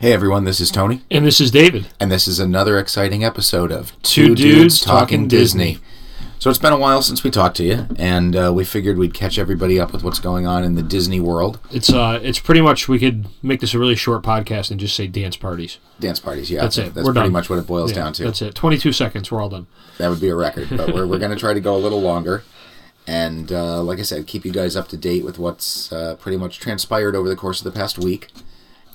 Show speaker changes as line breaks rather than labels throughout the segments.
Hey everyone, this is Tony,
And this is David.
and this is another exciting episode of
Two Dudes Talking Disney.
So it's been a while since we talked to you, and uh, we figured we'd catch everybody up with what's going on in the Disney world.
It's uh, it's pretty much we could make this a really short podcast and just say dance parties.
Dance parties, yeah.
That's it.
That's
We're
pretty
done.
much what it boils
Yeah,
down to.
That's it. Twenty-two seconds. We're all done.
That would be a record, but we're, we're going to try to go a little longer. And uh, like I said, keep you guys up to date with what's uh, pretty much transpired over the course of the past week.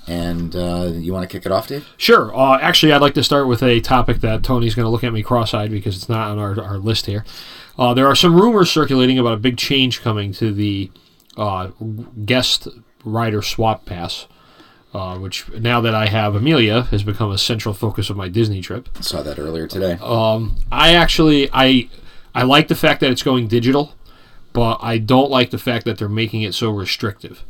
And uh, you want to kick it off, Dave?
Sure. Uh, actually, I'd like to start with a topic that Tony's going to look at me cross-eyed because it's not on our, our list here. Uh, there are some rumors circulating about a big change coming to the uh, guest rider swap pass, uh, which now that I have Amelia has become a central focus of my Disney trip.
Saw that earlier today.
Oh, I actually I I like the fact that it's going digital, but I don't like the fact that they're making it so restrictive.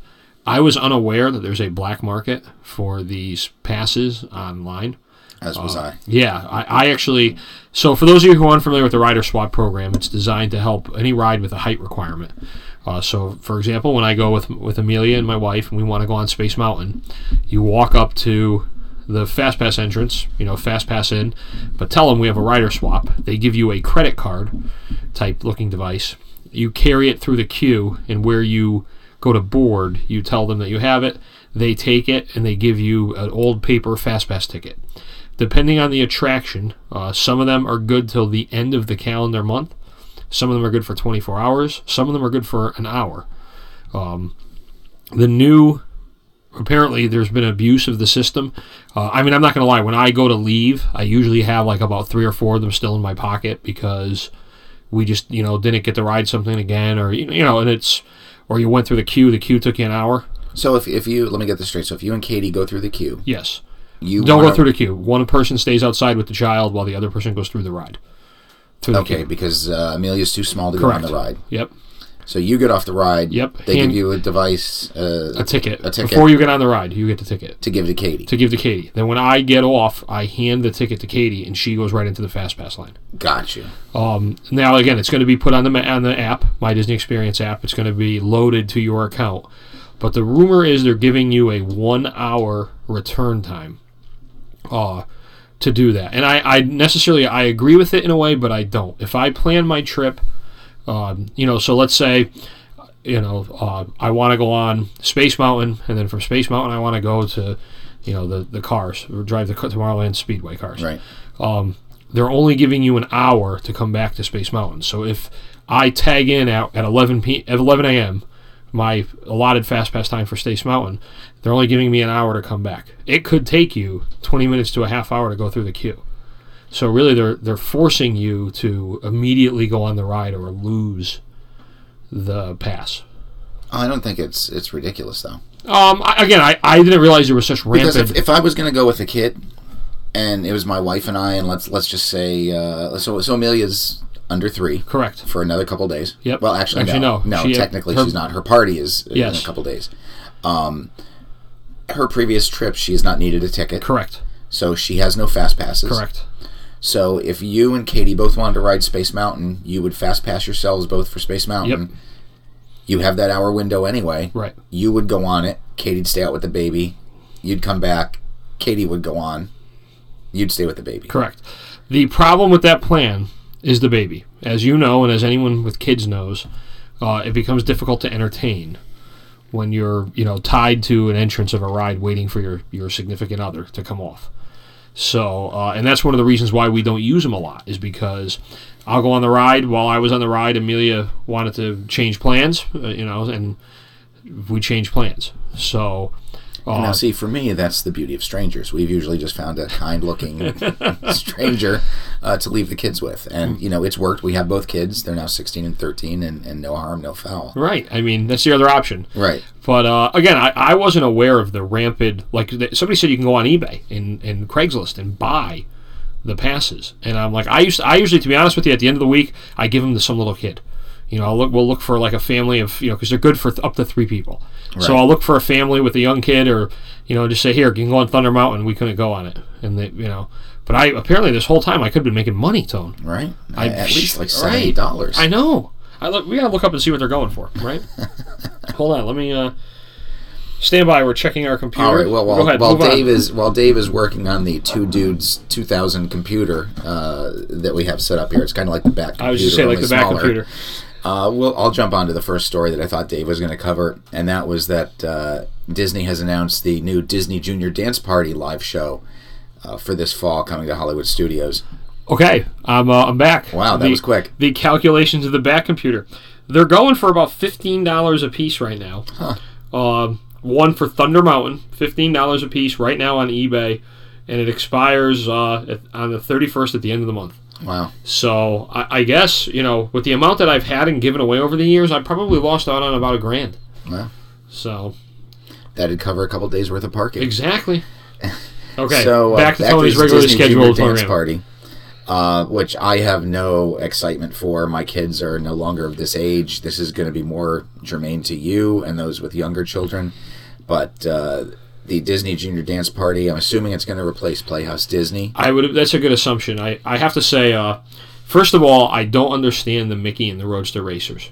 I was unaware that there's a black market for these passes online.
as was
uh,
I.
Yeah, I, I actually. So, for those of you who are unfamiliar with the Rider Swap program, it's designed to help any ride with a height requirement. Uh, so, for example, when I go with with Amelia and my wife, and we want to go on Space Mountain, you walk up to the Fast Pass entrance, you know, Fast Pass in, but tell them we have a Rider Swap. They give you a credit card type looking device. You carry it through the queue, and where you go to board, you tell them that you have it. They take it and they give you an old paper Fast Pass ticket depending on the attraction. Uh, some of them are good till the end of the calendar month. Some of them are good for 24 hours. Some of them are good for an hour. Um, the new, apparently, there's been abuse of the system. Uh, I mean, I'm not going to lie. When I go to leave, I usually have like about three or four of them still in my pocket because we just, you know, didn't get to ride something again, or you you know, and it's, or you went through the queue. The queue took you an hour.
So if, if you let me get this straight. So if you and Katie go through the queue,
Yes.
you
Don't go
wanna-
through the queue. One person stays outside with the child while the other person goes through the ride. Through the
Okay,
queue.
because uh, Amelia's too small to
Correct.
go on the ride.
Yep.
So you get off the ride.
Yep,
They
hand-
give you a device uh,
A ticket.
A ticket.
Before you get on the ride, you get the ticket
to give to Katie.
to give to Katie. Then when I get off, I hand the ticket to Katie, and she goes right into the fast pass line.
Got you.
Um, now again, it's going to be put on the ma- on the app, My Disney Experience app. It's going to be loaded to your account. But the rumor is they're giving you a one hour return time. Uh, to do that, and I, I necessarily I agree with it in a way, but I don't. If I plan my trip, um, you know, so let's say, you know, uh, I want to go on Space Mountain, and then from Space Mountain I want to go to, you know, the the cars or drive the Tomorrowland Speedway cars
Right.
Um, they're only giving you an hour to come back to Space Mountain. So if I tag in out at 11 p at 11 a.m. my allotted fast pass time for Space Mountain, they're only giving me an hour to come back. It could take you 20 minutes to a half hour to go through the queue. So really, they're they're forcing you to immediately go on the ride or lose the pass.
I don't think it's it's ridiculous though.
Um, I, again, I, I didn't realize there was such
Because
rampant.
if, if I was gonna go with a kid, and it was my wife and I, and let's let's just say uh, so so Amelia's under three
correct.
for another couple days.
Yep.
Well, actually,
Actually,
no, no.
no. She-
technically,
her-
she's not. Her party is in
Yes.
a couple days. Um, her previous trip, she has not needed a ticket,
Correct.
so she has no fast passes.
Correct.
So if you and Katie both wanted to ride Space Mountain, you would fast pass yourselves both for Space Mountain.
Yep.
You have that hour window anyway.
Right.
You would go on it. Katie'd stay out with the baby. You'd come back. Katie would go on. You'd stay with the baby.
Correct. The problem with that plan is the baby. As you know, and as anyone with kids knows, uh, it becomes difficult to entertain when you're, you know, tied to an entrance of a ride waiting for your, your significant other to come off. So, uh, and that's one of the reasons why we don't use them a lot is because I'll go on the ride. While I was on the ride, Amelia wanted to change plans, uh, you know, and we changed plans. So,
And Now, see, for me, that's the beauty of strangers. We've usually just found a kind-looking stranger uh, to leave the kids with, and you know it's worked. We have both kids; they're now sixteen and thirteen, and, and no harm, no foul.
right. I mean, that's the other option.
Right?
But uh, again, I, I wasn't aware of the rampant. Like th- somebody said, you can go on eBay and, and Craigslist and buy the passes. And I'm like, I used I usually, to be honest with you, at the end of the week, I give them to some little kid. You know, I'll look. We'll look for like a family of you know because they're good for th- up to three people. So I'll look for a family with a young kid, or you know, just say here, you can go on Thunder Mountain. We couldn't go on it, and they, you know. But I apparently this whole time I could have been making money, Tone.
Right?
I-
At least like
right.
seventy dollars.
I know. I look, we gotta look up and see what they're going for, right? Hold on, let me. Uh, Stand by. We're checking our computer.
All right. Well, while,
Go ahead,
while
move on.
Dave is while Dave is working on the two dudes two thousand computer uh, that we have set up here, it's kind of like the back. Computer,
I was just saying, like
only
the back
smaller.
computer.
Uh, well, I'll jump on to the first story that I thought Dave was going to cover, and that was that uh, Disney has announced the new Disney Junior Dance Party live show uh, for this fall coming to Hollywood Studios.
Okay, I'm uh, I'm back.
Wow, that
The-
was quick.
The calculations of the back computer. They're going for about fifteen dollars a piece right now. Um, one for Thunder Mountain, fifteen dollars a piece right now on eBay, and it expires uh, at, on the thirty first at the end of the month.
Wow.
So I, I guess you know with the amount that I've had and given away over the years, I probably lost out on about a grand.
Wow.
So
That'd cover a couple days worth of parking.
exactly. Okay,
So uh,
back to Tony's
his
regularly
Disney
scheduled
Junior dance
program.
party, uh, which I have no excitement for. My kids are no longer of this age. This is going to be more germane to you and those with younger children. But uh, the Disney Junior Dance Party, I'm assuming it's going to replace Playhouse Disney.
I would. That's a good assumption. I, I have to say, uh, first of all, I don't understand the Mickey and the Roadster Racers.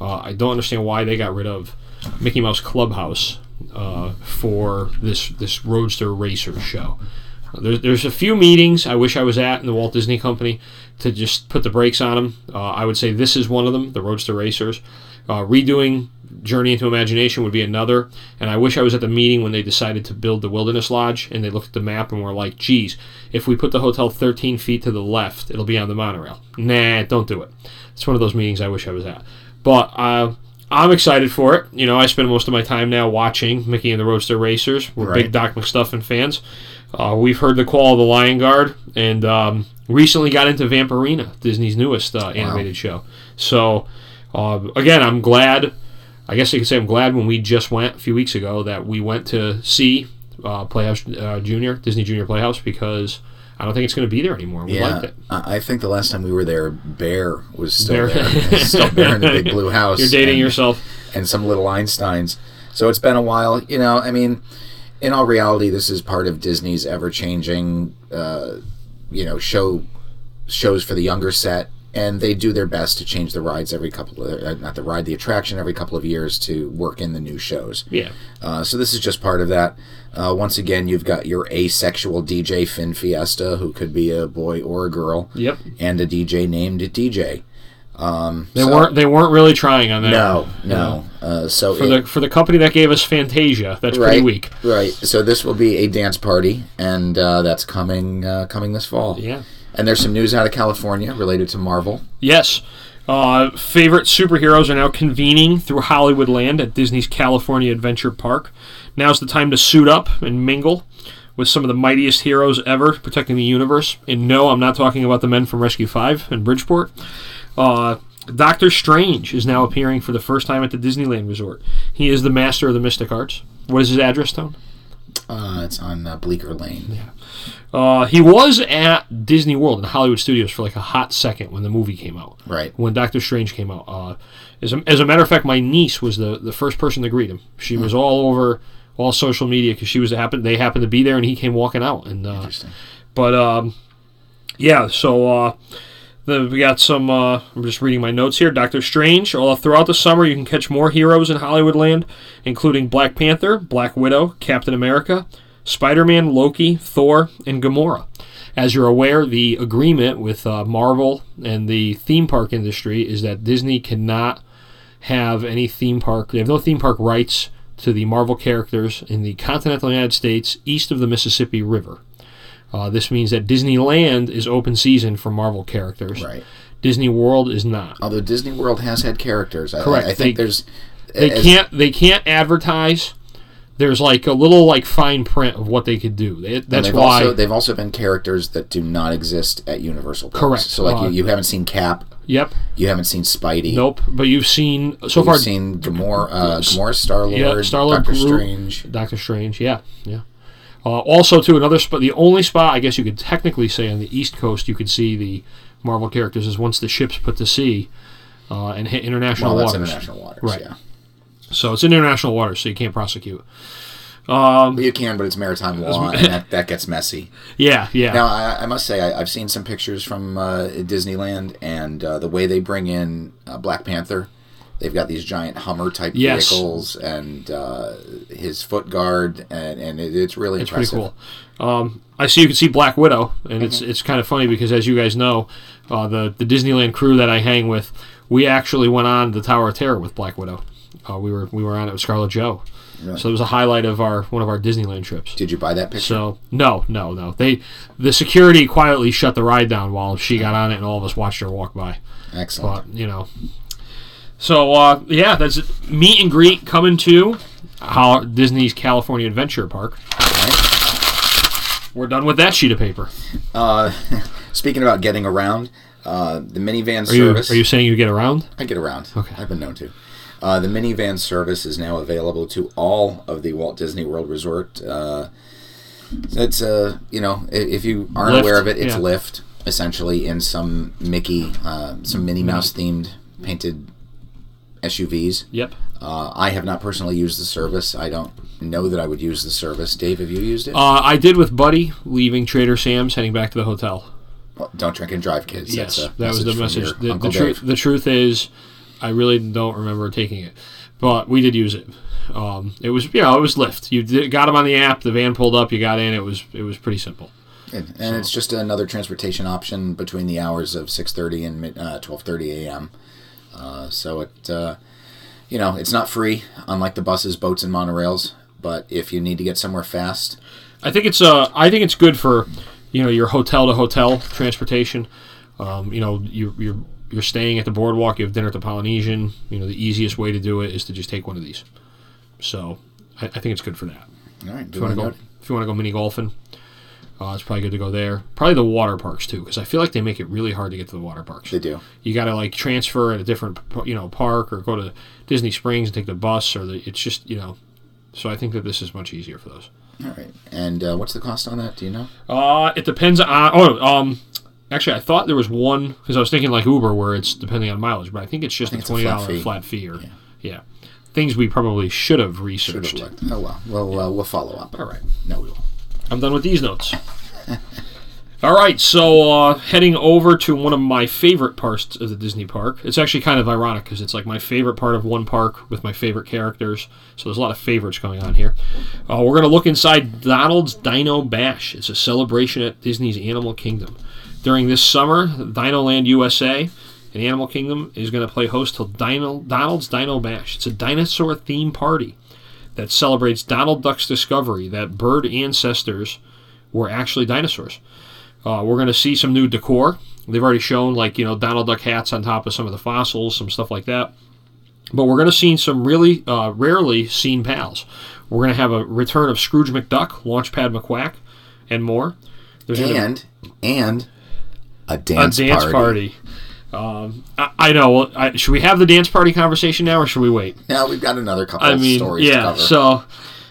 Uh, I don't understand why they got rid of Mickey Mouse Clubhouse uh, for this this Roadster Racer show. There's, there's a few meetings I wish I was at in the Walt Disney Company to just put the brakes on them. Uh, I would say this is one of them, the Roadster Racers. Uh, redoing Journey into Imagination would be another. And I wish I was at the meeting when they decided to build the Wilderness Lodge and they looked at the map and were like, geez, if we put the hotel 13 feet to the left, it'll be on the monorail. Nah, don't do it. It's one of those meetings I wish I was at. But uh, I'm excited for it. You know, I spend most of my time now watching Mickey and the Roadster Racers. We're
Right.
big Doc McStuffin fans. Uh, we've heard the call of the Lion Guard, and um, recently got into Vampirina, Disney's newest uh, animated show. So, uh, again, I'm glad. I guess you could say I'm glad when we just went a few weeks ago that we went to see uh, Playhouse uh, Junior, Disney Junior Playhouse, because I don't think it's going to be there anymore. We liked it.
I I think the last time we were there, Bear was still
Bear.
there, still Bear in the big blue house.
You're dating
and-
yourself.
and some little Einsteins. So it's been a while, you know. I mean, in all reality, this is part of Disney's ever-changing, uh, you know, show shows for the younger set, and they do their best to change the rides every couple of uh, not the ride, the attraction every couple of years to work in the new shows.
Yeah.
Uh, so this is just part of that. Uh, once again, you've got your asexual DJ Finn Fiesta, who could be a boy or a girl,
Yep.
and a DJ named DJ.
They
So-
weren't. They weren't really trying on that.
No, no. Uh, so
For
it-
the for the company that gave us Fantasia, that's pretty
Right.
weak.
Right. So this will be a dance party, and uh, that's coming uh, coming this fall.
Yeah.
And there's some news out of California related to Marvel.
Yes. Uh, favorite superheroes are now convening through Hollywoodland at Disney's California Adventure Park. Now's the time to suit up and mingle with some of the mightiest heroes ever protecting the universe. And no, I'm not talking about the men from Rescue 5 in Bridgeport. Uh, Doctor Strange is now appearing for the first time at the Disneyland Resort. He is the master of the mystic arts. What is his address, Stone?
Uh, it's on uh, Bleecker Lane.
Uh, he was at Disney World in Hollywood Studios for like a hot second when the movie came out.
Right.
When Doctor Strange came out. Uh, as, a, as a matter of fact, my niece was the, the first person to greet him. She was all over all social media because she was happen they happened to be there and he came walking out and uh,
Interesting.
but um, yeah so uh, then we got some uh, I'm just reading my notes here Doctor Strange all throughout the summer you can catch more heroes in Hollywoodland including Black Panther Black Widow Captain America Spider-Man Loki Thor and Gamora as you're aware the agreement with uh, Marvel and the theme park industry is that Disney cannot have any theme park. They have no theme park rights to the Marvel characters in the continental United States east of the Mississippi River. Uh, this means that Disneyland is open season for Marvel characters.
Right.
Disney World is not.
Although Disney World has had characters. I-
Correct.
I, I think
They-
there's.
They
as-
can't. They can't advertise. There's like a little like fine print of what they could do. They,
and
that's
they've
why.
Also, they've also been characters that do not exist at Universal. Parks.
Correct.
So like
Uh,
you, you haven't seen Cap.
yep.
You haven't seen Spidey.
Nope. But you've seen so
You've
far.
seen Gamora, uh, Gamora, Star Lord,
Yeah, Star-Lord,
Doctor
Groot.
Strange.
Doctor Strange. Yeah, yeah. Uh, also, too, another spot. The only spot I guess you could technically say on the East Coast you could see the Marvel characters is once the ships put to sea uh, and hit international
Well, Oh, that's
waters.
international waters.
Right.
Yeah.
So it's international waters, so you can't prosecute.
Well, you can, but it's maritime law, and that, that gets messy.
Yeah, yeah.
Now, I, I must say, I, I've seen some pictures from uh, Disneyland, and uh, the way they bring in uh, Black Panther They've got these giant Hummer type
Yes.
vehicles and uh, his foot guard, and, and it, it's really
It's pretty
impressive.
cool. Um, I see you can see Black Widow, and it's it's kind of funny because as you guys know, uh, the the Disneyland crew that I hang with, we actually went on the Tower of Terror with Black Widow. Uh, we were we were on it with Scarlett Joe, so it was a highlight of our one of our Disneyland trips.
Did you buy that picture?
So no, no, no. They the security quietly shut the ride down while she got on it, and all of us watched her walk by.
Excellent.
But you know, so uh, yeah, that's it. meet and greet coming to how Disney's California Adventure Park. We're done with that sheet of paper.
Uh, speaking about getting around, uh, the minivan
Are you,
service.
are you saying you get around?
I get around. Okay. I've been known to. Uh, the minivan service is now available to all of the Walt Disney World Resort. Uh, it's uh, you know, i- if you aren't
Lyft,
aware of it, it's
yeah.
Lyft essentially in some Mickey, uh, some Minnie Mouse themed painted SUVs.
Yep.
Uh, I have not personally used the service. I don't know that I would use the service. Dave, have you used it?
Uh, I did with Buddy leaving Trader Sam's, heading back to the hotel.
Well, don't drink and drive, kids.
Yes,
That's a
that was the
from
message.
your
The, the,
Uncle
truth,
Dave.
the truth is, I really don't remember taking it, but we did use it. Um, it was you know it was Lyft. You did, got them on the app. The van pulled up. You got in. It was it was pretty simple.
And, and it's just another transportation option between the hours of 6.30 and mid- uh, 12.30 a.m. Uh, so it, uh, you know, it's not free, unlike the buses, boats, and monorails. But if you need to get somewhere fast,
I think it's uh I think it's good for you know your hotel to hotel transportation. Um, you know you you're you're staying at the boardwalk. You have dinner at the Polynesian. You know the easiest way to do it is to just take one of these. So I, I think it's good for that.
all right,
If you want to go, if you want to go mini golfing, uh, it's probably good to go there. Probably the water parks too, because I feel like they make it really hard to get to the water parks.
they do.
You got to like transfer at a different you know park or go to Disney Springs and take the bus or the it's just you know. So I think that this is much easier for those.
All right. And uh, what's the cost on that? Do you know?
Uh, it depends on. Oh, um, actually, I thought there was one because I was thinking like Uber, where it's depending on mileage, but I think it's just a
it's a
twenty
flat
dollar
fee.
flat fee. Or, yeah. things we probably should have researched.
Oh, well. Well, uh, we'll follow up.
All right,
No, we will.
I'm done with these notes. All right, so uh, heading over to one of my favorite parts of the Disney park. It's actually kind of ironic because it's like my favorite part of one park with my favorite characters. So there's a lot of favorites going on here. Uh, we're going to look inside Donald's Dino Bash. It's a celebration at Disney's Animal Kingdom. During this summer, Dinoland USA and Animal Kingdom is going to play host to Dino, Donald's Dino Bash. It's a dinosaur theme party that celebrates Donald Duck's discovery that bird ancestors were actually dinosaurs. Uh, we're going to see some new decor. They've already shown, like, you know, Donald Duck hats on top of some of the fossils, some stuff like that. But we're going to see some really uh, rarely seen pals. We're going to have a return of Scrooge McDuck, Launchpad McQuack, and more. There's gonna be-
And, and a
a
dance,
dance party. Um, I, I know. I, should we have the dance party conversation now, or should we wait?
Now we've got another couple
I
of
mean,
stories to
yeah.
cover.
So,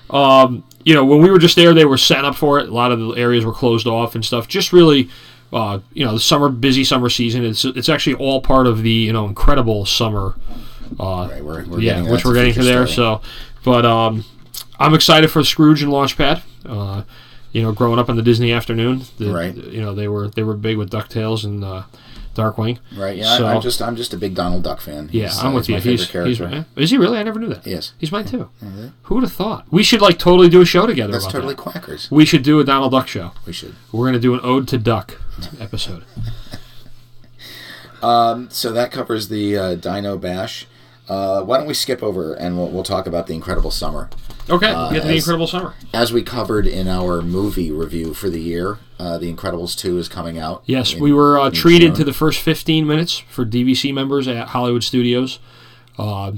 um, you know, when we were just there, they were set up for it. A lot of the areas were closed off and stuff. Just really, uh, you know, the summer busy summer season. It's it's actually all part of the you know incredible summer. Uh,
Right, we're- we're
yeah,
getting-
which
that's a
we're getting to
future
there.
story.
So, but um, I'm excited for Scrooge and Launchpad. Uh, you know, growing up on the Disney afternoon, the,
Right.
You know, they were they were big with Ducktales and uh, Darkwing.
Right. Yeah. I-
So-
I'm just I'm just a big Donald Duck fan.
Yeah,
He's, uh,
I'm with
he's
you.
My favorite
He's,
character.
he's eh, is he really? I never knew that.
Yes.
he's mine too. Who would have thought? We should like totally do a show together.
That's
about
totally
that.
quackers.
We should do a Donald Duck show.
We should.
We're gonna do an ode to Duck episode.
So that covers the uh, Dino Bash. Uh, why don't we skip over and we'll, we'll talk about the Incredible Summer?
Okay, get to the
as-
Incredible Summer.
As we covered in our movie review for the year, uh, The Incredibles 2 is coming out.
Yes,
in-
we were uh,
in
treated to
June.
the first 15 minutes for DVC members at Hollywood Studios. Uh,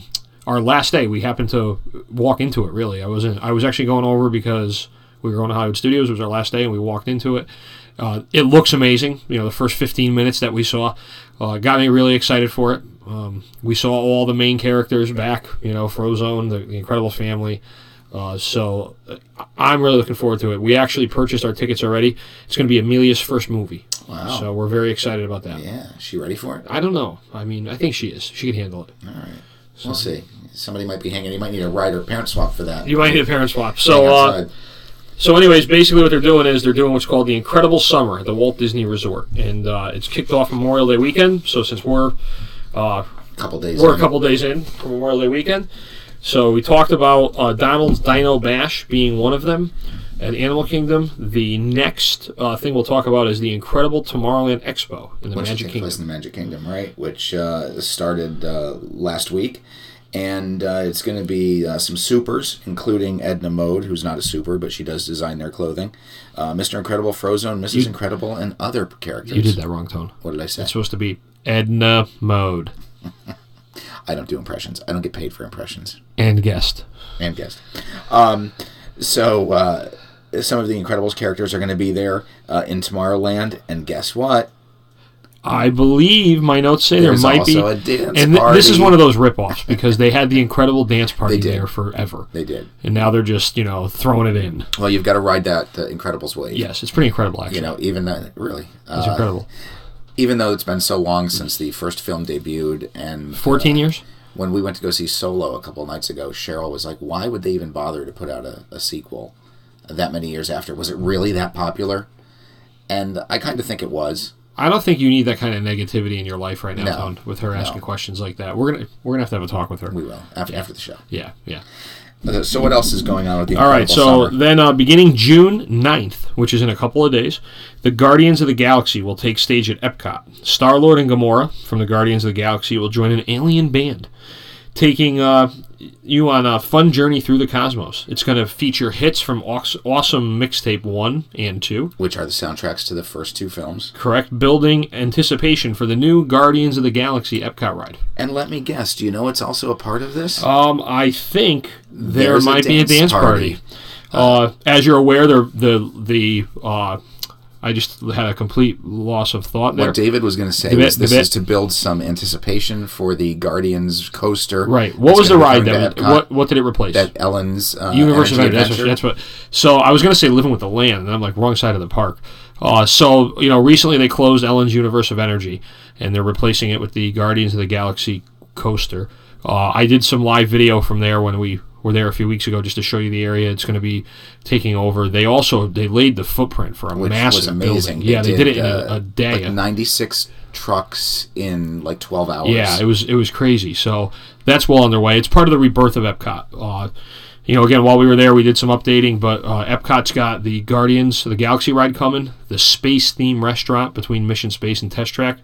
our last day, we happened to walk into it. Really, I wasn't. I was actually going over because we were going to Hollywood Studios. It was our last day, and we walked into it. Uh, it looks amazing. You know, the first 15 minutes that we saw uh, got me really excited for it. Um, we saw all the main characters back. You know, Frozone, the, the Incredible Family. Uh, so uh, I'm really looking forward to it. We actually purchased our tickets already. It's going to be Amelia's first movie.
Wow.
So we're very excited about that.
Oh. Yeah. She ready for it?
I don't know. I mean, I think she is. She can handle it.
All right. We'll see. Somebody might be hanging. You might need a rider parent swap for that.
You might need a parent swap.
Hang
So, uh,
outside.
so anyways, basically what they're doing is they're doing what's called the Incredible Summer at the Walt Disney Resort, and uh, it's kicked off Memorial Day weekend. So since we're uh,
couple days.
We're a
in.
couple days in from Memorial Day weekend. So we talked about uh, Donald's Dino Bash being one of them at Animal Kingdom. The next uh, thing we'll talk about is the incredible Tomorrowland Expo in the
which
Magic
took place
Kingdom.
in the Magic Kingdom, right? Which uh, started uh, last week, and uh, it's going to be uh, some supers, including Edna Mode, who's not a super, but she does design their clothing. Uh, Mister Incredible, Frozone, Mrs. Incredible, and other characters.
You did that wrong tone.
What did I say?
It's supposed to be Edna Mode
I don't do impressions. I don't get paid for impressions.
and guest.
and guest. Um, so uh, some of the Incredibles characters are going to be there uh, in Tomorrowland, and guess what?
I believe my notes say
There's
there might be,
also a dance
and thi- this is
party.
one of those ripoffs because they had the incredible dance party
did.
there forever,
They did.
and now they're just you know throwing it in.
Well, you've got to ride that uh, Incredibles wave.
Yes, it's pretty incredible actually.
You know, even uh, really,
it's
uh,
incredible.
even though it's been so long since the first film debuted, and
Fourteen years.
when we went to go see Solo a couple nights ago, Cheryl was like, "Why would they even bother to put out a, a sequel that many years after? Was it really that popular?" And I kind of think it was.
I don't think you need that kind of negativity in your life right now,
No.
Tone, with her asking questions like that. We're gonna we're gonna have to have a talk with her.
We will after after the show.
Yeah, yeah.
Uh, So what else is going on with the?
All right,
Incredible
so
Summer?
then uh, beginning June 9th, which is in a couple of days, the Guardians of the Galaxy will take stage at Epcot. Star Lord and Gamora from the Guardians of the Galaxy will join an alien band, taking uh, you on a fun journey through the cosmos. It's going to feature hits from Aws- Awesome Mixtape 1 and 2.
which are the soundtracks to the first two films.
Correct, building anticipation for the new Guardians of the Galaxy Epcot ride.
And let me guess, do you know it's also a part of this?
Um, I think there
There's a
might be a
dance
dance party.
party.
Uh, as you're aware, the the the uh, I just had a complete loss of thought there.
what David was going to say
The
was
bit-
this
the bit-
is to build some anticipation for the Guardians coaster.
right. What
that's
was the
gonna be
ride
coming
that?
to Epcot
What what did it replace?
at Ellen's uh,
Universe of
Energy
Energy. That's what,
Adventure?
that's what. So I was going to say Living with the Land, and I'm like wrong side of the park. Uh, so you know, recently they closed Ellen's Universe of Energy, and they're replacing it with the Guardians of the Galaxy coaster. Uh, I did some live video from there when we were there a few weeks ago, just to show you the area it's going to be taking over. They also they laid the footprint for a
which
massive
was amazing.
building. Yeah, they did, it in a,
uh,
a day.
Like 96 trucks in like 12 hours.
Yeah, it was it was crazy. So that's well on their way. It's part of the rebirth of Epcot. Uh, you know, again, while we were there, we did some updating, but uh, Epcot's got the Guardians of the Galaxy ride coming, the space theme restaurant between Mission Space and Test Track.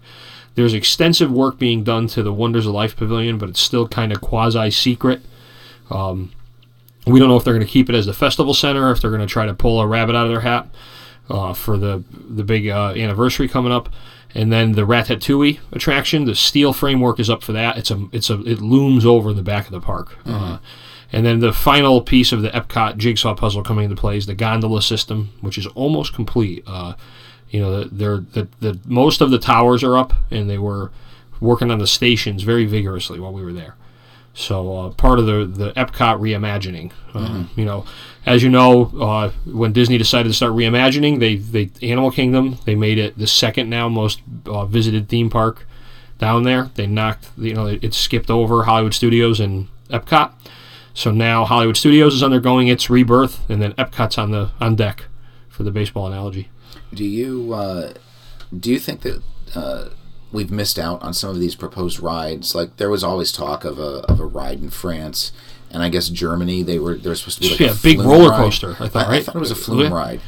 There's extensive work being done to the Wonders of Life Pavilion, but it's still kind of quasi secret. Um, we don't know if they're going to keep it as the festival center, if they're going to try to pull a rabbit out of their hat uh, for the the big uh, anniversary coming up, and then the Ratatouille attraction. The steel framework is up for that. It's a it's a it looms over the back of the park. Uh, and then the final piece of the Epcot jigsaw puzzle coming into play is the gondola system, which is almost complete. Uh, you know, the- they're the, the most of the towers are up, and they were working on the stations very vigorously while we were there. So uh, part of the the Epcot reimagining. Um, You know, as you know, uh, when Disney decided to start reimagining, they they Animal Kingdom they made it the second now most uh, visited theme park down there. They knocked you know it, it skipped over Hollywood Studios and Epcot. So now Hollywood Studios is undergoing its rebirth, and then Epcot's on the on deck for the baseball analogy.
Do you uh, do you think that uh, we've missed out on some of these proposed rides? Like there was always talk of a of a ride in France, and I guess Germany. They were they were supposed to be like
Yeah,
a
big
flume
roller
ride.
coaster, I thought,
I
right?
thought it was a flume
Yeah.
ride.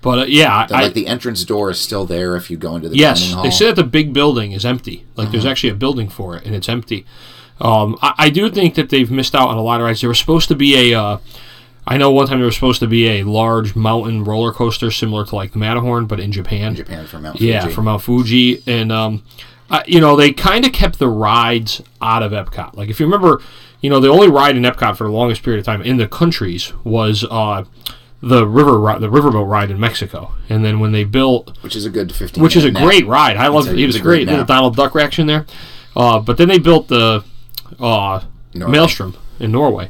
But uh, yeah,
That,
I,
like the entrance door is still there if you go into the
Yes,
dining hall. Uh-huh.
they say that the big building is empty. Like there's actually a building for it, and it's empty. Um, I, I do think that they've missed out on a lot of rides. There was supposed to be a. Uh, I know one time there was supposed to be a large mountain roller coaster similar to like the Matterhorn, but in Japan.
in Japan for Mount
Yeah,
Fuji.
from Mount Fuji, and um, I, you know they kind of kept the rides out of Epcot. Like if you remember, you know the only ride in Epcot for the longest period of time in the countries was uh, the river ri- the riverboat ride in Mexico, and then when they built
which is a good fifteen.
which is a
minute nap.
great ride. I love
a-
it. It was
it's
a
a great
great little
nap.
Donald Duck reaction there. Uh, but then they built the uh,
Norway.
Maelstrom in Norway,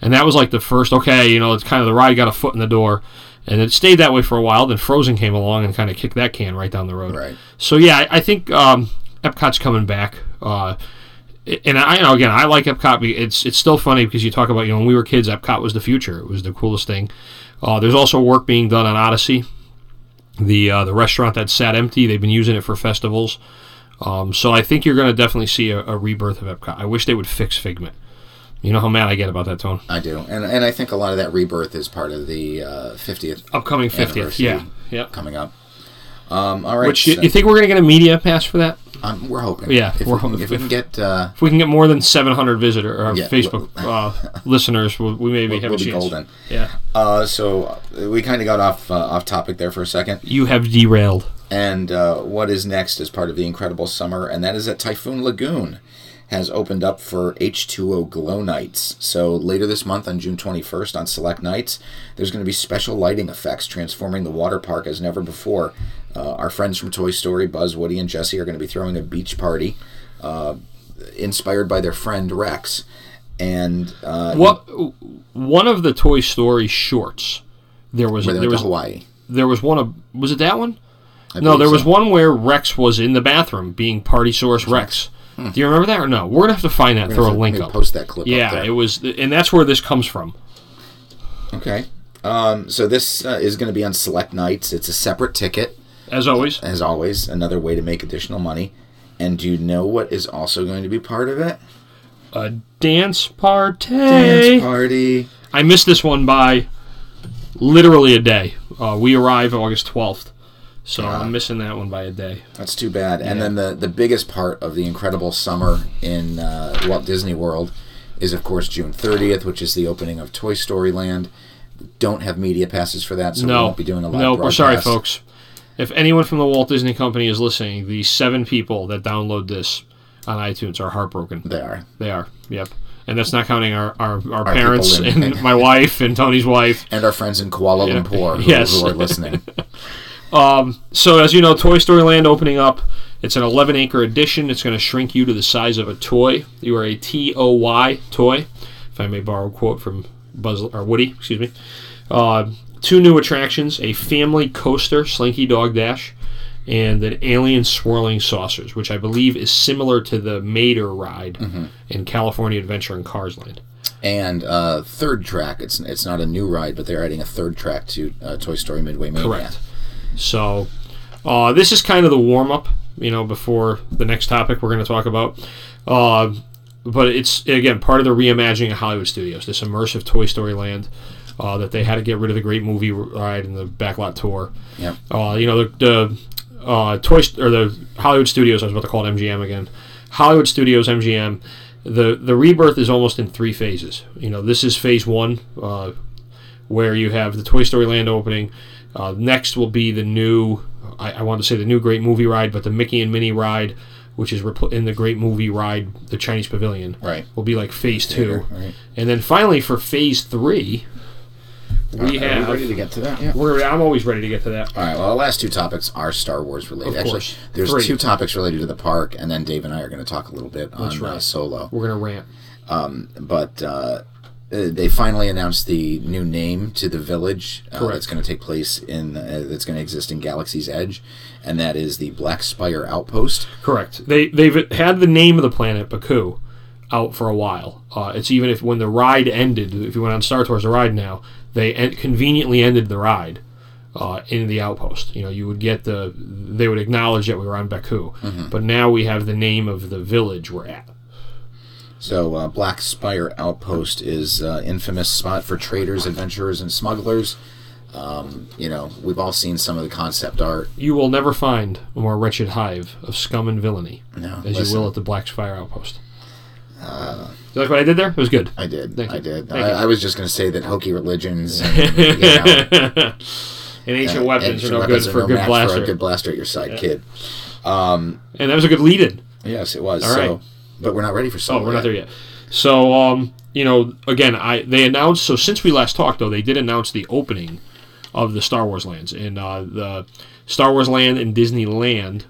and that was like the first. Okay, you know, it's kind of the ride got a foot in the door, and it stayed that way for a while. Then Frozen came along and kind of kicked that can right down the road.
Right.
So yeah, I, I think um, Epcot's coming back. Uh, and I you know again, I like Epcot. be- It's it's still funny because you talk about you know when we were kids, Epcot was the future. It was the coolest thing. Uh, there's also work being done on Odyssey, the uh, the restaurant that sat empty. They've been using it for festivals. Um, so I think you're going to definitely see a, a rebirth of Epcot. I wish they would fix Figment. You know how mad I get about that tone.
I do, and and I think a lot of that rebirth is part of the uh, fiftieth
Upcoming 50th. Yeah.
Anniversary.
Yeah.
coming up. Um, all right,
Which you,
so-
you think we're going to get a media pass for that?
um, we're hoping.
Yeah,
if,
we're
we, can-
hoping-
if we can get, uh,
If we can get more than 700 visitor or
Yeah,
Facebook uh, listeners, we, we maybe have
we'll
a
be
chance.
golden.
Yeah.
Uh, so uh, we kind of got off uh, off topic there for a second.
You have derailed.
And uh, what is next is part of the incredible summer, and that is that Typhoon Lagoon has opened up for H2O Glow Nights. So later this month on June 21st on select nights, there's going to be special lighting effects transforming the water park as never before. Uh, our friends from Toy Story, Buzz, Woody, and Jesse are going to be throwing a beach party uh, inspired by their friend Rex. And uh,
What one of the Toy Story shorts? There was
where they
there
went to
was
Hawaii.
there was one of was it that one?
I
No,
believe
there was
so.
one where Rex was in the bathroom being party source Rex.
Hmm.
Do you remember that or no? We're gonna have to find that. and Throw a
Maybe
link up.
Post that clip. up
Yeah,
there.
it was, and that's where this comes from.
Okay. Um, so this uh, is going to be on select nights. It's a separate ticket,
As always,
as always. Another way to make additional money. And do you know what is also going to be part of it?
a dance party.
Dance party.
I missed this one by literally a day. Uh, we arrive August twelfth, so I'm missing that one by a day.
That's too bad. And then the the biggest part of the incredible summer in uh, Walt Disney World is, of course, June 30th, which is the opening of Toy Story Land. Don't have media passes for that, so we
no,
won't be doing a live
no, we're
broadcast.
sorry, folks. If anyone from the Walt Disney Company is listening, the seven people that download this on iTunes are heartbroken.
They are.
They are. Yep. And that's not counting our, our, our, parents
people in-
and, my wife and Tony's wife.
And our friends in Kuala Lumpur who,
Yes.
who are listening.
So, as you know, Toy Story Land opening up. It's an 11 acre addition. It's going to shrink you to the size of a toy. You are a T O Y toy, if I may borrow a quote from Buzz or Woody, excuse me. Uh, two new attractions a family coaster, Slinky Dog Dash, and an alien swirling saucers, which I believe is similar to the Mater ride in California Adventure in Cars Land.
and uh, third track. It's it's not a new ride, but they're adding a third track to uh, Toy Story Midway Mania.
Correct. So, uh, this is kind of the warm up, you know, before the next topic we're going to talk about. Uh, but it's, again, part of the reimagining of Hollywood Studios, this immersive Toy Story land uh, that they had to get rid of the great movie ride and the backlot tour.
Yep.
Uh, you know, the, the uh, Toy St- or the Hollywood Studios, I was about to call it MGM again. Hollywood Studios, MGM. The, the rebirth is almost in three phases. You know, this is phase one, uh, where you have the Toy Story Land opening. Uh, next will be the new, I, I want to say the new Great Movie Ride, but the Mickey and Minnie ride, which is repl- in the Great Movie Ride, the Chinese Pavilion,
Right.
will be like phase two.
right.
And then finally for phase three, we
Uh, Are
have.
we ready to get to that? Yeah.
we're, I'm always ready to get to that.
All right. Well, the last two topics are Star Wars related.
Of
Actually,
course.
there's
Three.
two topics related to the park, and then Dave and I are going to talk a little bit on uh,
right.
Solo.
We're going to rant.
But uh, uh, they finally announced the new name to the village uh,
Correct.
that's going to take place in uh, that's going to exist in Galaxy's Edge, and that is the Black Spire Outpost.
Correct. They they've had the name of the planet Baku out for a while. Uh, it's even if when the ride ended, if you went on Star Tours, the ride now they en- conveniently ended the ride uh, in the outpost. You know, you would get the they would acknowledge that we were on Baku,
Mm-hmm.
but now we have the name of the village we're at.
So, uh, Black Spire Outpost is uh, infamous spot for traders, adventurers, and smugglers. Um, you know, we've all seen some of the concept art.
You will never find a more wretched hive of scum and villainy
No,
as
listen.
you will at the Black Spire outpost. you like what I did there? It was good.
I did.
Thank
I
you.
did.
Thank
I,
you.
I was just going to say that hokey religions and you know,
And ancient
and
weapons
ancient
are no
weapons
good for a
no
good
match
blaster.
For a good blaster at your side, kid.
and that was a good lead-in.
Yes, it was.
All
so,
right.
But we're not ready for
Oh,
solo.
we're not
yet.
there yet. So, um, you know, again, I they announced. So since we last talked, though, they did announce the opening of the Star Wars lands, and uh, the Star Wars land and Disneyland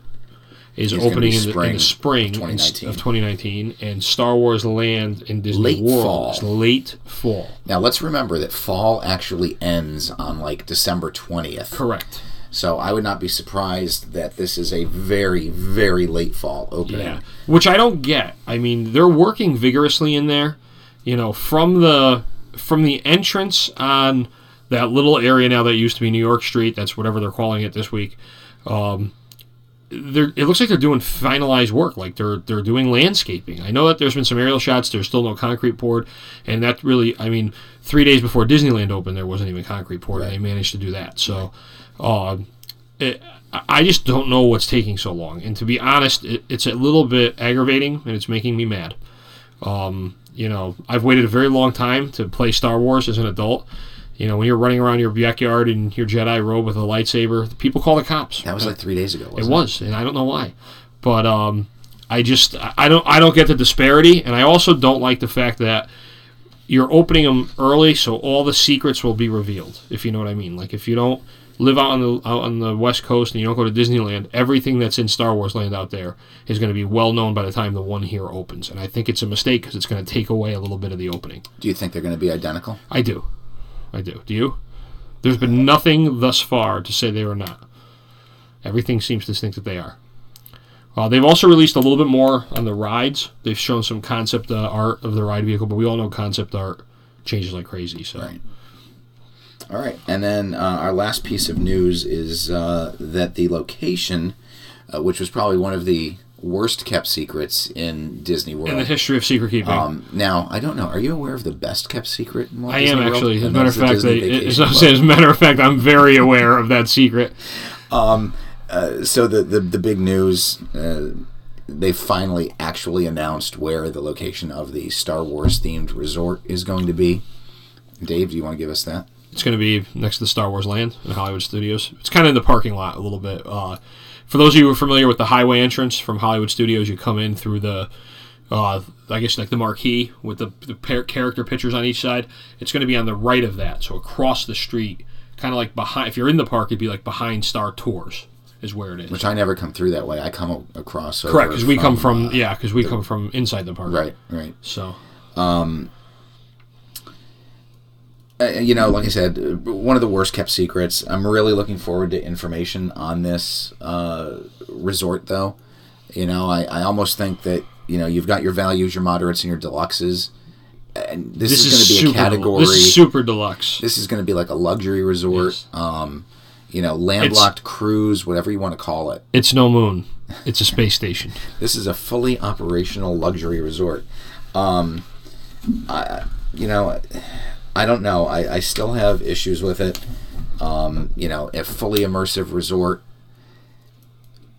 is
gonna
opening
be
in the, in the spring
spring
in s-
2019.
of 2019, and Star Wars land in Disney
Late
World
fall.
is late fall.
Now let's remember that fall actually ends on like December twentieth.
Correct.
So I would not be surprised that this is a very, very late fall opening.
Yeah. Which I don't get. I mean, they're working vigorously in there. You know, from the from the entrance on that little area now that used to be New York Street, that's whatever they're calling it this week. Um, they're, it looks like they're doing finalized work, like they're they're doing landscaping. I know that there's been some aerial shots. There's still no concrete poured, and that really, I mean, three days before Disneyland opened, there wasn't even concrete poured, and they managed to do that. So, uh, it, I I just don't know what's taking so long. And to be honest, it, it's a little bit aggravating, and it's making me mad. Um, you know, I've waited a very long time to play Star Wars as an adult. You know, when you're running around your backyard in your Jedi robe with a lightsaber, people call the cops.
That was like three days ago.
It
Wasn't it
was, and I don't know why. But um, I just I I don't I don't get the disparity, and I also don't like the fact that you're opening them early, so all the secrets will be revealed. If you know what I mean, like if you don't live out on the out on the West Coast and you don't go to Disneyland, everything that's in Star Wars Land out there is going to be well known by the time the one here opens, and I think it's a mistake because it's going to take away a little bit of the opening.
Do you think they're going to be identical?
I do, I do. Do you? There's been nothing thus far to say they are not. Everything seems to think that they are. Uh, they've also released a little bit more on the rides. They've shown some concept uh, art of the ride vehicle, but we all know concept art changes like crazy. So
Right. All right, and then uh, our last piece of news is uh, that the location, uh, which was probably one of the worst kept secrets in Disney World.
in the history of secret keeping,
um, now, I don't know. Are you aware of the best kept secret? In Walt
I am
Disney World?
actually. As a
And
matter of
that's the
fact,
Disney
they, as,
Vacation
I
Club.
say, as a matter of fact, I'm very aware of that secret.
so the, the the big news uh, they finally actually announced where the location of the Star Wars themed resort is going to be. Dave, do you want to give us that?
It's going to be next to the Star Wars land in Hollywood Studios. It's kind of in the parking lot a little bit. Uh, for those of you who are familiar with the highway entrance from Hollywood Studios, you come in through the, uh, I guess like the marquee with the, the par- character pictures on each side. It's going to be on the right of that, so across the street, kind of like behind. If you're in the park, it'd be like behind Star Tours is where it is.
Which I never come through that way. I come a- across. over
Correct, because we come from
uh,
yeah, because we come from inside the park.
right, right.
So
uh, you know, like I said, uh, one of the worst kept secrets. I'm really looking forward to information on this uh, resort, though. You know, I, I almost think that you know you've got your values, your moderates, and your deluxes, and this,
this,
is, going
is,
to be a
super.
category.
This is super deluxe.
this is going to be like a luxury resort.
Yes.
Um, you know, landlocked cruise, whatever you want to call it.
It's no moon. It's a space station.
This is a fully operational luxury resort. Um, I, you know, I don't know. I, I still have issues with it. Um, you know, a fully immersive resort.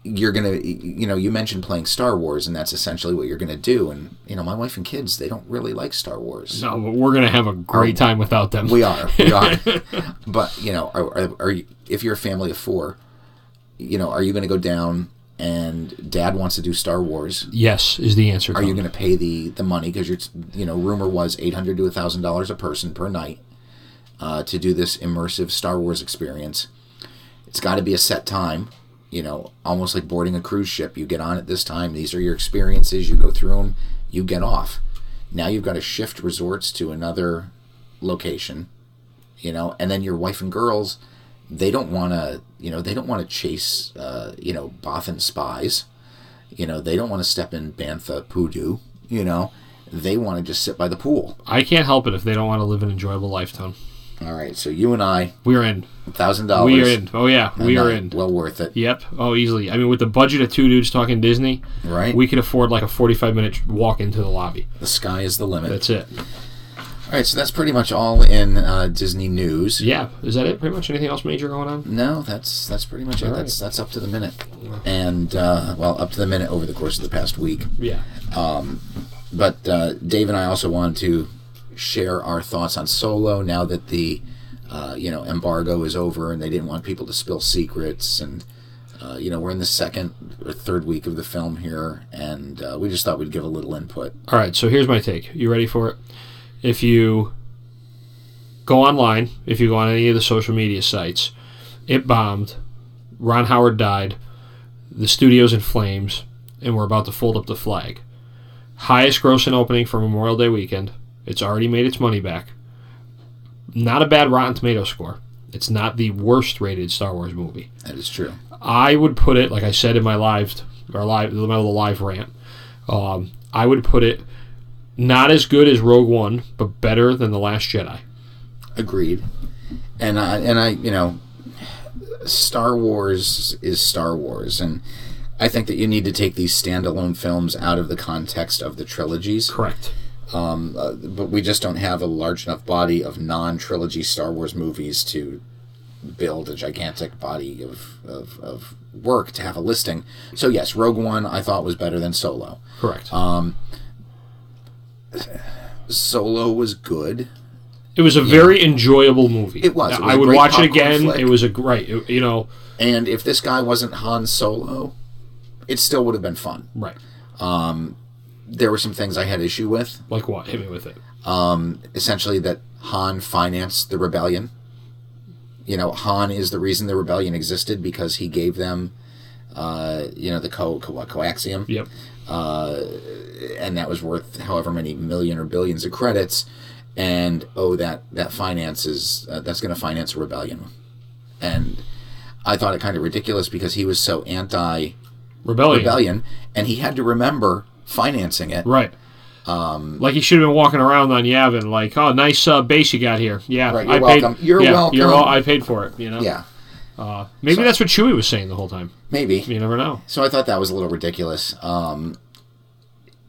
You're gonna, you know, you mentioned playing Star Wars, and that's essentially what you're gonna do. And you know, my wife and kids, they don't really like Star Wars.
No, but we're gonna have a great time without them.
We are, we are. but you know, are, are, are you, if you're a family of four, you know, are you gonna go down and Dad wants to do Star Wars?
yes, is the answer.
are you going to pay the the money because you're you know rumor was 800 to 1000 dollars a person per night uh, to do this immersive star wars experience it's got to be a set time you know almost like boarding a cruise ship you get on at this time these are your experiences you go through them you get off now you've got to shift resorts to another location you know and then your wife and girls they don't want to you know they don't want to chase uh, you know boffin spies you know, they don't want to step in Bantha Poodoo. You know, they want to just sit by the pool.
I can't help it if they don't want to live an enjoyable lifetime.
All right, so you and I,
We're in.
thousand dollars.
We are in. Oh yeah, we are in.
uh, Well worth it,
Yep. Oh, easily. I mean, with the budget of two dudes talking Disney,
right?
we could afford like a forty-five minute walk into the lobby.
the sky is the limit.
That's it.
all right, so that's pretty much all in uh, Disney news.
Yeah. Is that it? Pretty much. Anything else major going on?
No, that's that's pretty much it.
All right.
That's that's up to the minute, and uh, well, up to the minute over the course of the past week.
Yeah.
But uh, Dave and I also wanted to share our thoughts on Solo now that the uh, you know embargo is over and they didn't want people to spill secrets and uh, you know we're in the second or third week of the film here and uh, we just thought we'd give a little input.
All right, so here's my take. You ready for it? If you go online, if you go on any of the social media sites, it bombed. Ron Howard died. The studio's in flames, and we're about to fold up the flag. Highest grossing opening for Memorial Day weekend. It's already made its money back. Not a bad Rotten Tomato score. It's not the worst rated Star Wars movie.
That is true.
I would put it like I said in my live or live my little live rant. Um, I would put it not as good as Rogue One, but better than the Last Jedi.
Agreed. And I and I you know Star Wars is Star Wars and I think that you need to take these standalone films out of the context of the trilogies.
Correct.
Um, uh, but we just don't have a large enough body of non-trilogy Star Wars movies to build a gigantic body of, of, of work to have a listing. So yes, Rogue One I thought was better than Solo.
Correct.
Um, Solo was good.
it was a very enjoyable movie.
It was. It was
I
a
would
great
watch it
popcorn
again.
flick.
It was a great. it- you know.
And if this guy wasn't Han Solo, it still would have been fun.
Right.
There were some things I had issue with.
Like what? Hit me with it.
Essentially, that Han financed the rebellion. You know, Han is the reason the rebellion existed because he gave them, uh, you know, the co- co- coaxium,
Yep.
and that was worth however many million or billions of credits. And oh, that that finances uh, that's going to finance a rebellion. And I thought it kind of ridiculous because he was so anti.
Rebellion.
rebellion, and he had to remember financing it.
Right. Um, like he should have been walking around on Yavin, like, oh, nice uh, base you got here. Yeah,
Right,
I
you're
paid.
welcome. You're
yeah,
welcome.
You're all, I paid for it. You know.
Yeah,
Uh, maybe that's what Chewie was saying the whole time.
maybe.
You never know.
So I thought that was a little ridiculous. Um,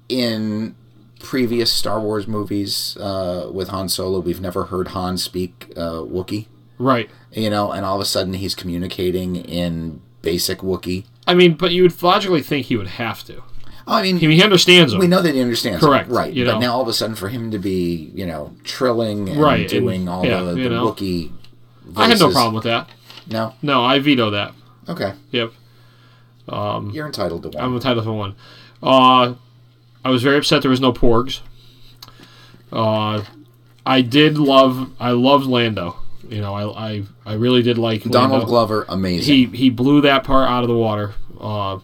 in previous Star Wars movies uh, with Han Solo, we've never heard Han speak uh, Wookiee,
Right.
you know, and all of a sudden he's communicating in basic Wookiee.
I mean, but you would logically think he would have to.
I mean,
I mean, he understands him.
we know that he understands. it,
Correct,
right.
you
but
know.
now all of a sudden for him to be, you know, trilling and
Right, and-
doing all
yeah,
the, the
you know.
Wookiee
I had no
voices-
problem with that.
No?
No, I veto that.
Okay.
Yep. Mm.
You're entitled to one.
I'm entitled for one. Uh, I was very upset there was no porgs. Uh, I did love. I loved Lando. You know, I I, I really did like
Donald
Lando.
Glover, amazing.
he he blew that part out of the water. Uh,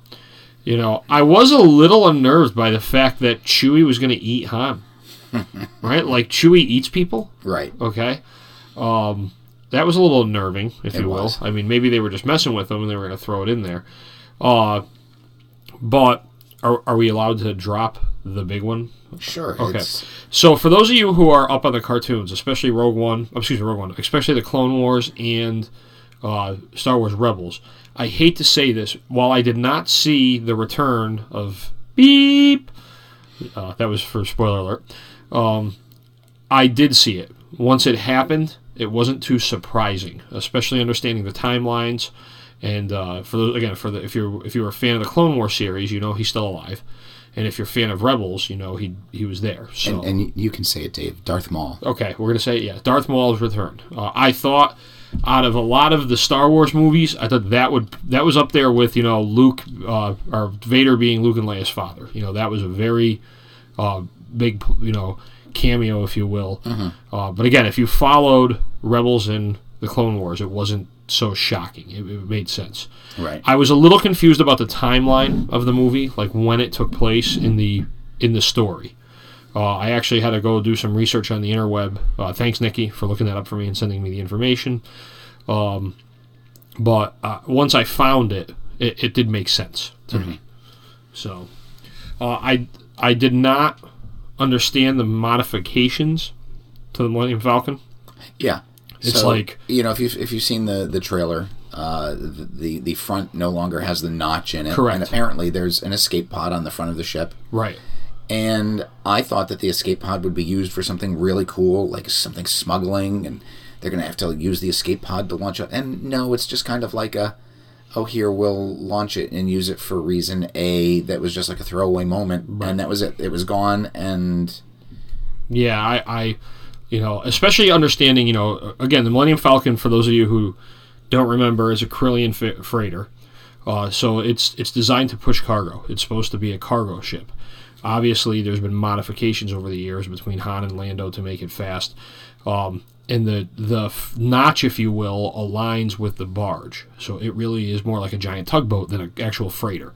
you know, I was a little unnerved by the fact that Chewie was going to eat Han, right? Like Chewie eats people.
right.
Okay, um, that was a little unnerving, if you will.
was.
I mean, maybe they were just messing with them and they were going to throw it in there. Uh, but are are we allowed to drop the big one?
Sure.
Okay.
It's,
So for those of you who are up on the cartoons, especially Rogue One, oh, excuse me, Rogue One, especially the Clone Wars and uh, Star Wars Rebels, I hate to say this, while I did not see the return of beep, uh, that was for spoiler alert. Um, I did see it once it happened. It wasn't too surprising, especially understanding the timelines. And uh, for those, again, for the if you're if you're a fan of the Clone War series, you know he's still alive. And if you're a fan of Rebels, you know he he was there. So
and, and you can say it, Dave. Darth Maul.
Okay, we're gonna say yeah. Darth Maul is returned. Uh, I thought out of a lot of the Star Wars movies, I thought that would that was up there with you know Luke uh, or Vader being Luke and Leia's father. You know that was a very uh, big you know cameo, if you will. Uh, but again, if you followed Rebels and the Clone Wars, it wasn't so shocking. It, it made sense.
Right.
I was a little confused about the timeline of the movie, like when it took place in the in the story. Uh, I actually had to go do some research on the interweb. Uh, thanks, Nikki, for looking that up for me and sending me the information. Um, but uh, once I found it, it, it did make sense to me. So uh, I I did not understand the modifications to the Millennium Falcon.
Yeah.
It's like-
you know if you've if you've seen the the trailer, uh, the, the the front no longer has the notch in it.
Correct.
And apparently there's an escape pod on the front of the ship.
Right.
And I thought that the escape pod would be used for something really cool, like something smuggling, and they're gonna have to use the escape pod to launch it. And no, it's just kind of like a oh here we'll launch it and use it for reason A that was just like a throwaway moment, and that was it. It was gone, and
Yeah, I, I, you know, especially understanding, you know, again, the Millennium Falcon. For those of you who don't remember, is a Krillian fa- freighter. Uh, so it's it's designed to push cargo. It's supposed to be a cargo ship. Obviously, there's been modifications over the years between Han and Lando to make it fast. Um, and the the f- notch, if you will, aligns with the barge. So it really is more like a giant tugboat than an actual freighter.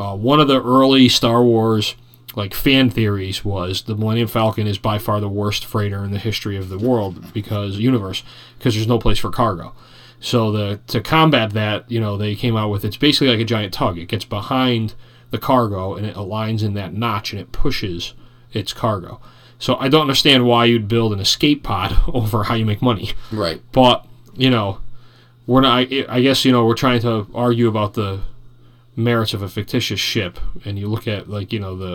Uh, one of the early Star Wars like fan theories was the Millennium Falcon is by far the worst freighter in the history of the world because universe because there's no place for cargo. So the to combat that, you know, they came out with it's basically like a giant tug. It gets behind the cargo and it aligns in that notch and it pushes its cargo. So I don't understand why you'd build an escape pod over how you make money
right.
but you know, we're not. I I guess you know we're trying to argue about the merits of a fictitious ship and you look at like you know the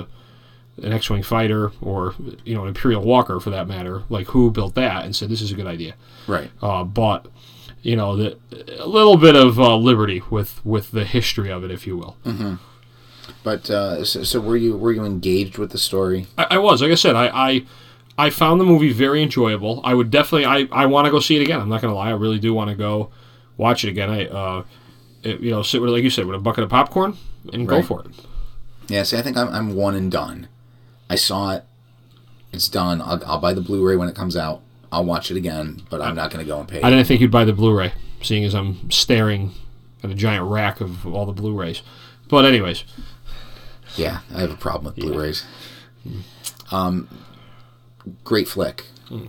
an X-wing fighter or you know an Imperial Walker for that matter, like who built that and said this is a good idea.
Right.
Uh, but you know the, a little bit of uh, liberty with with the history of it, if you will.
But uh, so, so were you were you engaged with the story?
I, I was, like I said, I, I I found the movie very enjoyable. I would definitely, I, I want to go see it again. I'm not gonna lie, I really do want to go watch it again. I uh, it- you know, sit with like you said, with a bucket of popcorn and go
Right.
for it.
Yeah. See, I think I'm, I'm one and done. I saw it. It's done. I'll, I'll buy the Blu-ray when it comes out. I'll watch it again, but I'm not going to go and pay.
I didn't think you'd buy the Blu-ray, seeing as I'm staring at a giant rack of all the Blu-rays. But anyways,
Yeah, I have a problem with Blu-rays. Um, great flick,
Hmm.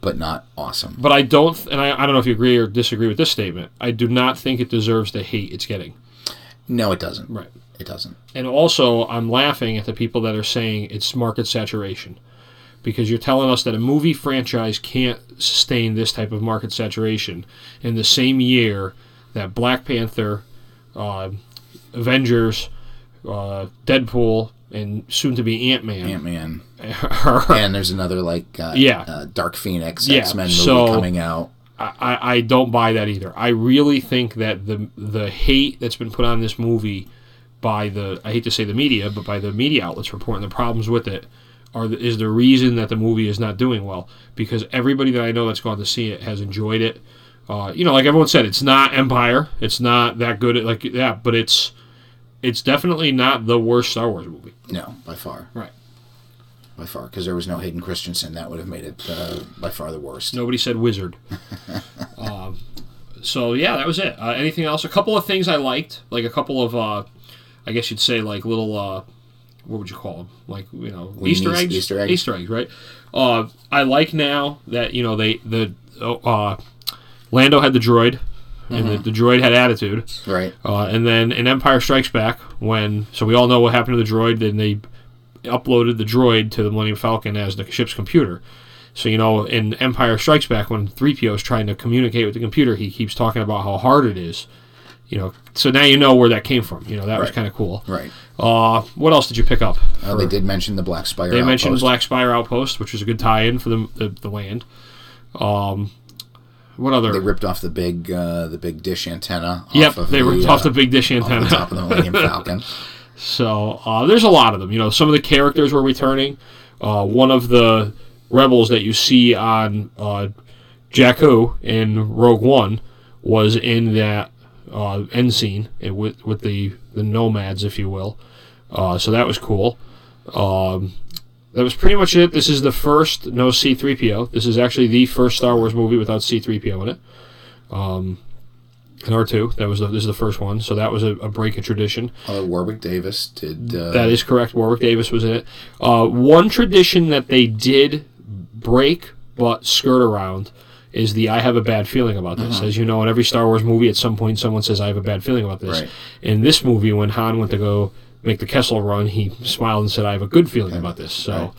but not awesome.
but I don't, and I, I don't know if you agree or disagree with this statement. I do not think it deserves the hate it's getting.
No, it doesn't.
Right.
It doesn't.
And also, I'm laughing at the people that are saying it's market saturation because you're telling us that a movie franchise can't sustain this type of market saturation in the same year that Black Panther, uh, Avengers, uh, Deadpool, and soon to be Ant Man
Ant-Man.
are
And there's another like uh,
Yeah.
uh, Dark Phoenix
Yeah,
X-Men movie
so-
coming out.
I, I don't buy that either. I really think that the the hate that's been put on this movie by the I hate to say the media, but by the media outlets reporting the problems with it are the, is the reason that the movie is not doing well because everybody that I know that's gone to see it has enjoyed it. Uh, you know, like everyone said, it's not Empire. It's not that good at like that, but it's it's definitely not the worst Star Wars movie.
No, by far,
Right.
by far, because there was no Hayden Christensen. That would have made it uh, by far the worst.
Nobody said wizard. um, so yeah, that was it. Uh, anything else? A couple of things I liked, like a couple of, uh, I guess you'd say like little, uh, what would you call them? Like you know, Easter
niece-
eggs.
Easter eggs.
Easter eggs, right? Uh, I like now that you know they the uh, Lando had the droid, and
Mm-hmm.
the, the droid had attitude.
Right.
Uh, and then in Empire Strikes Back, when so we all know what happened to the droid, then they uploaded the droid to the Millennium Falcon as the ship's computer. So you know, in Empire Strikes Back, when 3PO is trying to communicate with the computer, he keeps talking about how hard it is. You know, so now you know where that came from. You know, that was
Right.
kind of cool.
Right.
Uh, what else did you pick up?
Uh, they did mention the Black Spire.
They mentioned
Outpost.
Black Spire Outpost, which is a good tie-in for the the, the land. Um, what other?
They ripped off the big uh, the big dish antenna. Off
yep,
of
they
the, uh,
ripped off the big dish antenna.
the top of the Millennium Falcon.
So uh, there's a lot of them. You know, some of the characters were returning. Uh, one of the rebels that you see on uh, Jakku in Rogue One was in that uh, end scene it- with with the the nomads, if you will. Uh, so that was cool. Um, that was pretty much it. This is the first no C-3PO. This is actually the first Star Wars movie without C-3PO in it. Um, and R2. That was the, this is the first one. So that was a, a break of tradition.
Although Uh, Warwick Davis did. Uh,
Mm, That is correct. Warwick Davis was in it. Uh, one tradition that they did break but skirt around is the I have a bad feeling about this.
Uh-huh.
As you know, in every Star Wars movie, at some point, someone says, I have a bad feeling about this.
Right.
In this movie, when Han went to go make the Kessel run, he smiled and said, I have a good feeling about this. So,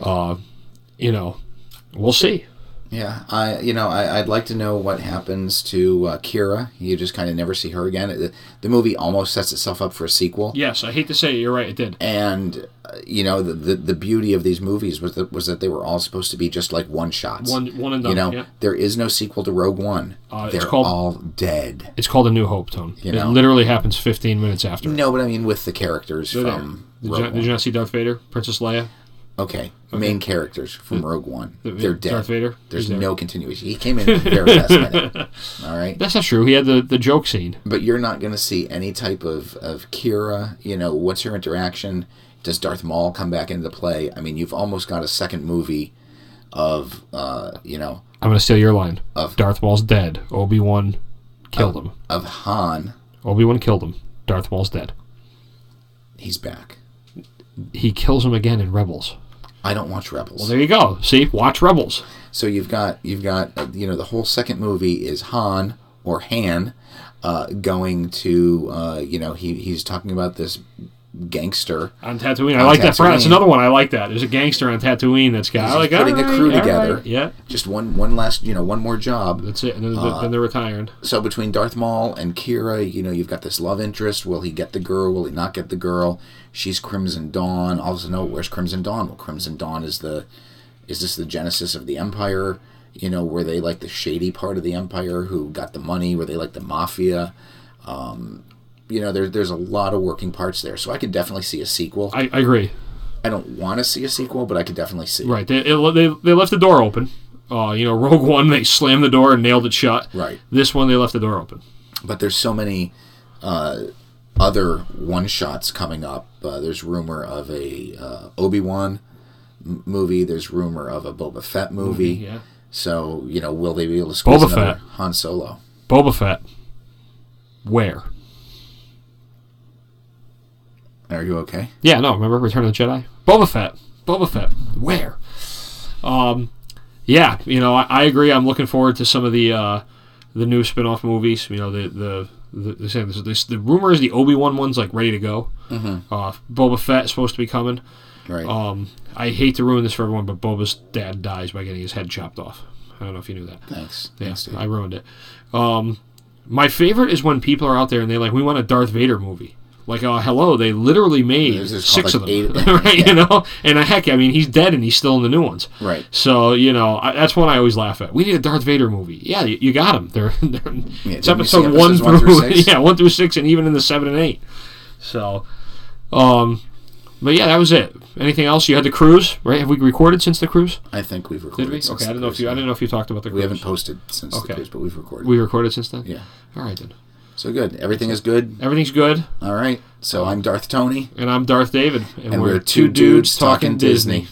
uh, you know, we'll see.
Yeah, I you know I, I'd like to know what happens to uh, Kira. You just kind of never see her again. The, the movie almost sets itself up for a sequel,
Yes, I hate to say it. You're right. It did.
and uh, you know the, the the beauty of these movies was that was that they were all supposed to be just like one shots.
One, one and done.
you know,
yeah.
there is no sequel to Rogue One.
Uh, it's
They're
called-
all dead.
It's called A New Hope, Tone. it
know.
literally happens 15 minutes after.
No, but I mean with the characters
They're there.
from
Did
Rogue
you, did you not see Darth Vader, Princess Leia?
One. Okay, main characters from Rogue One. They're dead.
Darth Vader.
There's
He's there.
no continuation. He came in at the very last minute. All right.
That's not true. He had the, the joke scene.
but you're not going to see any type of, of Kira. You know, what's her interaction? Does Darth Maul come back into play? I mean, you've almost got a second movie of, uh, you know,
I'm gonna steal your line.
Of- Oh.
Darth Maul's dead. Obi Wan killed him.
of Han.
Obi Wan killed him. Darth Maul's dead.
He's back.
He kills him again in Rebels.
I don't watch Rebels.
There you go. See, watch Rebels.
so you've got you've got uh, you know the whole second movie is Han or Han uh, going to uh, you know he he's talking about this gangster.
on Tatooine. I like that. For, that's
Tatooine.
another one. I like that. There's a gangster on Tatooine that's got. I like
putting the
"All right,
crew
all right."
together.
Yeah,
Just one one last you know one more job.
that's it. And then,
Uh.
then they're retired.
So between Darth Maul and Kira, you know you've got this love interest. Will he get the girl? Will he not get the girl? She's Crimson Dawn. All of a sudden, oh, where's Crimson Dawn? Well, Crimson Dawn is the is this the genesis of the Empire? You know, were they like the shady part of the Empire who got the money? Were they like the mafia? Um, you know, there, there's a lot of working parts there. So I could definitely see a sequel.
I, I agree.
I don't want to see a sequel, but I could definitely see it.
Right. They it, they, they left the door open. Uh, you know, Rogue One they slammed the door and nailed it shut.
Right.
This one they left the door open.
But there's so many uh, other one shots coming up. Uh, there's rumor of a uh, Obi Wan m- movie. There's rumor of a Boba Fett movie.
Yeah.
So you know, will they be able to squeeze
Boba
another
Fett.
Han Solo?
Boba Fett. Where?
Are you okay?
Yeah, no, remember Return of the Jedi? Boba Fett. Boba Fett. Where? Um, yeah, you know, I, I agree. I'm looking forward to some of the uh, the new spin off movies. You know, the the the, the, same- this- this- the rumor is the Obi Wan one's like ready to go. Mm-hmm. Uh, Boba Fett is supposed to be coming.
Right.
Um, I hate to ruin this for everyone, but Boba's dad dies by getting his head chopped off. I don't know if you knew that.
Thanks.
Yeah, Uh,
Thanks, Dave.
I ruined it. Um, my favorite is when people are out there and they like, we want a Darth Vader movie. Like, uh, hello, they literally made
This is
six of
called,
them,
like, eight-
right? You know, and uh, heck, I mean, he's dead and he's still in the new ones,
Right.
So you know, I, that's one I always laugh at. We need a Darth Vader movie. Yeah, you, you got him. They're, they're it's
didn't we see
episode one
episodes
through,
one through six?
yeah, one through six, and even in the seven and eight. So, um, but yeah, that was it. Anything else? You had the cruise, right? Have we recorded since the cruise?
I think we've recorded.
Did we?
since
Okay, I
the
don't know if
cruise.
you. I don't know if you talked about the cruise.
We haven't posted since
Okay.
the cruise, but we've recorded.
We recorded since then.
yeah.
All right then.
So good. Everything is good.
Everything's good,
All right. So I'm Darth Tony,
and I'm Darth David,
and we're two dudes talking Disney.